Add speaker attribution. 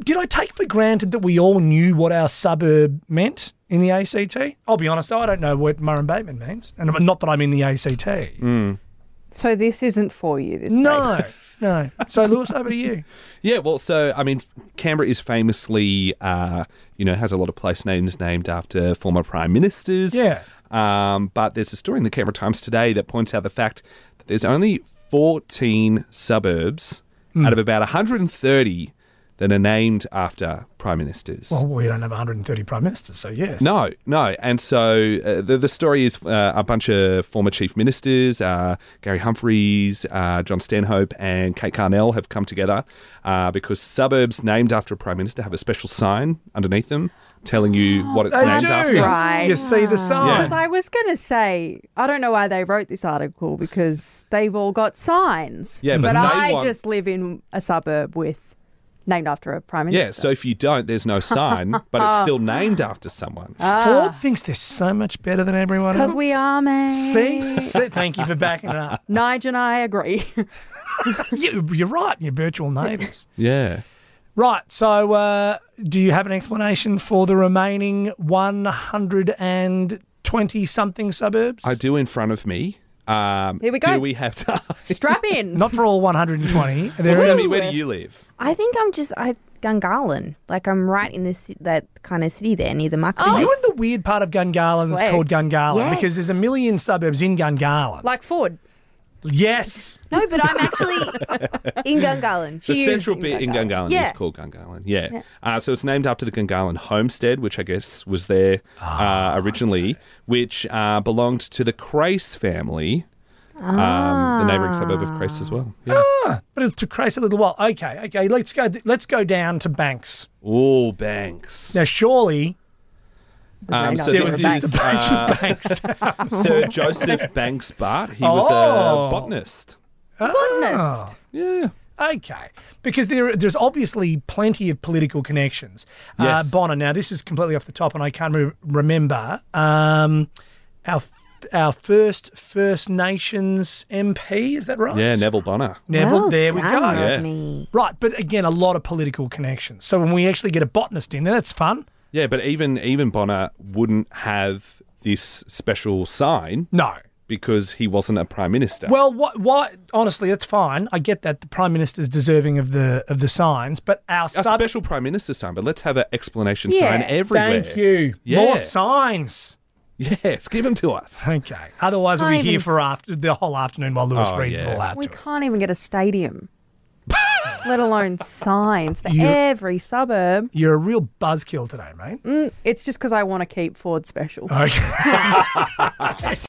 Speaker 1: did I take for granted that we all knew what our suburb meant in the ACT? I'll be honest, though, I don't know what Murray Bateman means, and not that I'm in the ACT.
Speaker 2: Mm.
Speaker 3: So this isn't for you. This
Speaker 1: No, no. So Lewis, over to you.
Speaker 2: Yeah, well, so I mean, Canberra is famously, uh, you know, has a lot of place names named after former prime ministers.
Speaker 1: Yeah.
Speaker 2: Um, but there's a story in the Canberra Times today that points out the fact that there's only 14 suburbs
Speaker 1: Hmm.
Speaker 2: out of about 130 that are named after prime ministers.
Speaker 1: Well, we don't have 130 prime ministers, so yes.
Speaker 2: No, no. And so uh, the, the story is uh, a bunch of former chief ministers, uh, Gary Humphreys, uh, John Stanhope, and Kate Carnell have come together uh, because suburbs named after a prime minister have a special sign underneath them telling you what it's
Speaker 1: They
Speaker 2: named
Speaker 1: do.
Speaker 2: after.
Speaker 3: Right.
Speaker 1: You see the sign.
Speaker 3: Because Ah. I was going to say, I don't know why they wrote this article because they've all got signs.
Speaker 2: Yeah, but they
Speaker 3: I
Speaker 2: want-
Speaker 3: just live in a suburb with named after a prime
Speaker 2: Yeah,
Speaker 3: minister.
Speaker 2: so if you don't, there's no sign, but it's still named after someone.
Speaker 3: Uh.
Speaker 1: Ford thinks they're so much better than everyone else.
Speaker 3: because we are man.
Speaker 1: See? See? Thank you for backing it up.
Speaker 3: Nige and I agree.
Speaker 1: You, you're right, you're virtual neighbours.
Speaker 2: Yeah.
Speaker 1: Right, so uh, do you have an explanation for the remaining 120 something suburbs?
Speaker 2: I do in front of me. Um,
Speaker 3: Here we go.
Speaker 2: Do we have to
Speaker 3: Strap in.
Speaker 1: Not for all 120. Are there
Speaker 2: Sammy,
Speaker 1: any-
Speaker 2: where do you live?
Speaker 4: I think I'm just I Gungahlin. Like I'm right in this that kind of city there near the
Speaker 1: Are
Speaker 4: marketplace.
Speaker 1: you in the weird part of Gungahlin that's
Speaker 3: Wait.
Speaker 1: called Gungahlin?
Speaker 4: Yes.
Speaker 1: Because there's a million suburbs in Gungahlin.
Speaker 3: Like Ford.
Speaker 1: yes.
Speaker 4: no, but I'm actually in Gungahlin.
Speaker 2: The
Speaker 3: She is
Speaker 2: central
Speaker 3: in
Speaker 2: bit in
Speaker 3: Gungahlin.
Speaker 2: Gungahlin
Speaker 4: Yeah.
Speaker 2: is called Gungahlin. Yeah. Uh, so it's named after the Gungahlin homestead, which I guess was there uh, originally, which uh, belonged to the Crace family, um, the neighbouring suburb of Crace as well. Yeah.
Speaker 1: Ah, but it took Grace a little while. Okay, okay. Let's go. Let's go down to Banks.
Speaker 2: All banks.
Speaker 1: Now, surely
Speaker 3: That's named
Speaker 2: Um, so
Speaker 3: after
Speaker 2: this
Speaker 3: a bank.
Speaker 2: is uh, Sir Joseph Banks Bart. He was
Speaker 1: Oh.
Speaker 2: a botanist.
Speaker 1: Ah.
Speaker 3: Botanist.
Speaker 2: Yeah.
Speaker 1: Okay, because there there's obviously plenty of political connections.
Speaker 2: Yes.
Speaker 1: Uh, Bonner. Now this is completely off the top, and I can't re- remember um, our our first First Nations MP. Is that right?
Speaker 2: Yeah, Neville Bonner.
Speaker 1: Neville.
Speaker 4: Well
Speaker 1: there we go.
Speaker 4: done,
Speaker 2: Yeah.
Speaker 4: Rodney.
Speaker 1: Right, but again, a lot of political connections. So when we actually get a botanist in there, that's fun.
Speaker 2: Yeah, but even even Bonner wouldn't have this special sign
Speaker 1: No.
Speaker 2: because he wasn't a prime minister.
Speaker 1: Well, what? Why? Honestly, that's fine. I get that the prime minister's deserving of the of the signs, but our
Speaker 2: a
Speaker 1: sub.
Speaker 2: special prime minister's sign, but let's have an explanation
Speaker 3: Yeah.
Speaker 2: sign everywhere.
Speaker 1: Thank you.
Speaker 2: Yeah.
Speaker 1: More signs.
Speaker 2: Yes, give them to us.
Speaker 1: Okay. Otherwise, we'll be
Speaker 3: Can't
Speaker 1: here
Speaker 3: even-
Speaker 1: for after the whole afternoon while Lewis
Speaker 2: Oh,
Speaker 1: reads
Speaker 2: yeah.
Speaker 1: it all out
Speaker 3: We
Speaker 1: to us.
Speaker 3: can't even get a stadium, let alone signs for
Speaker 1: You-
Speaker 3: every suburb.
Speaker 1: You're a real buzzkill today, mate.
Speaker 3: It's just because I want to keep Ford special.
Speaker 1: Okay.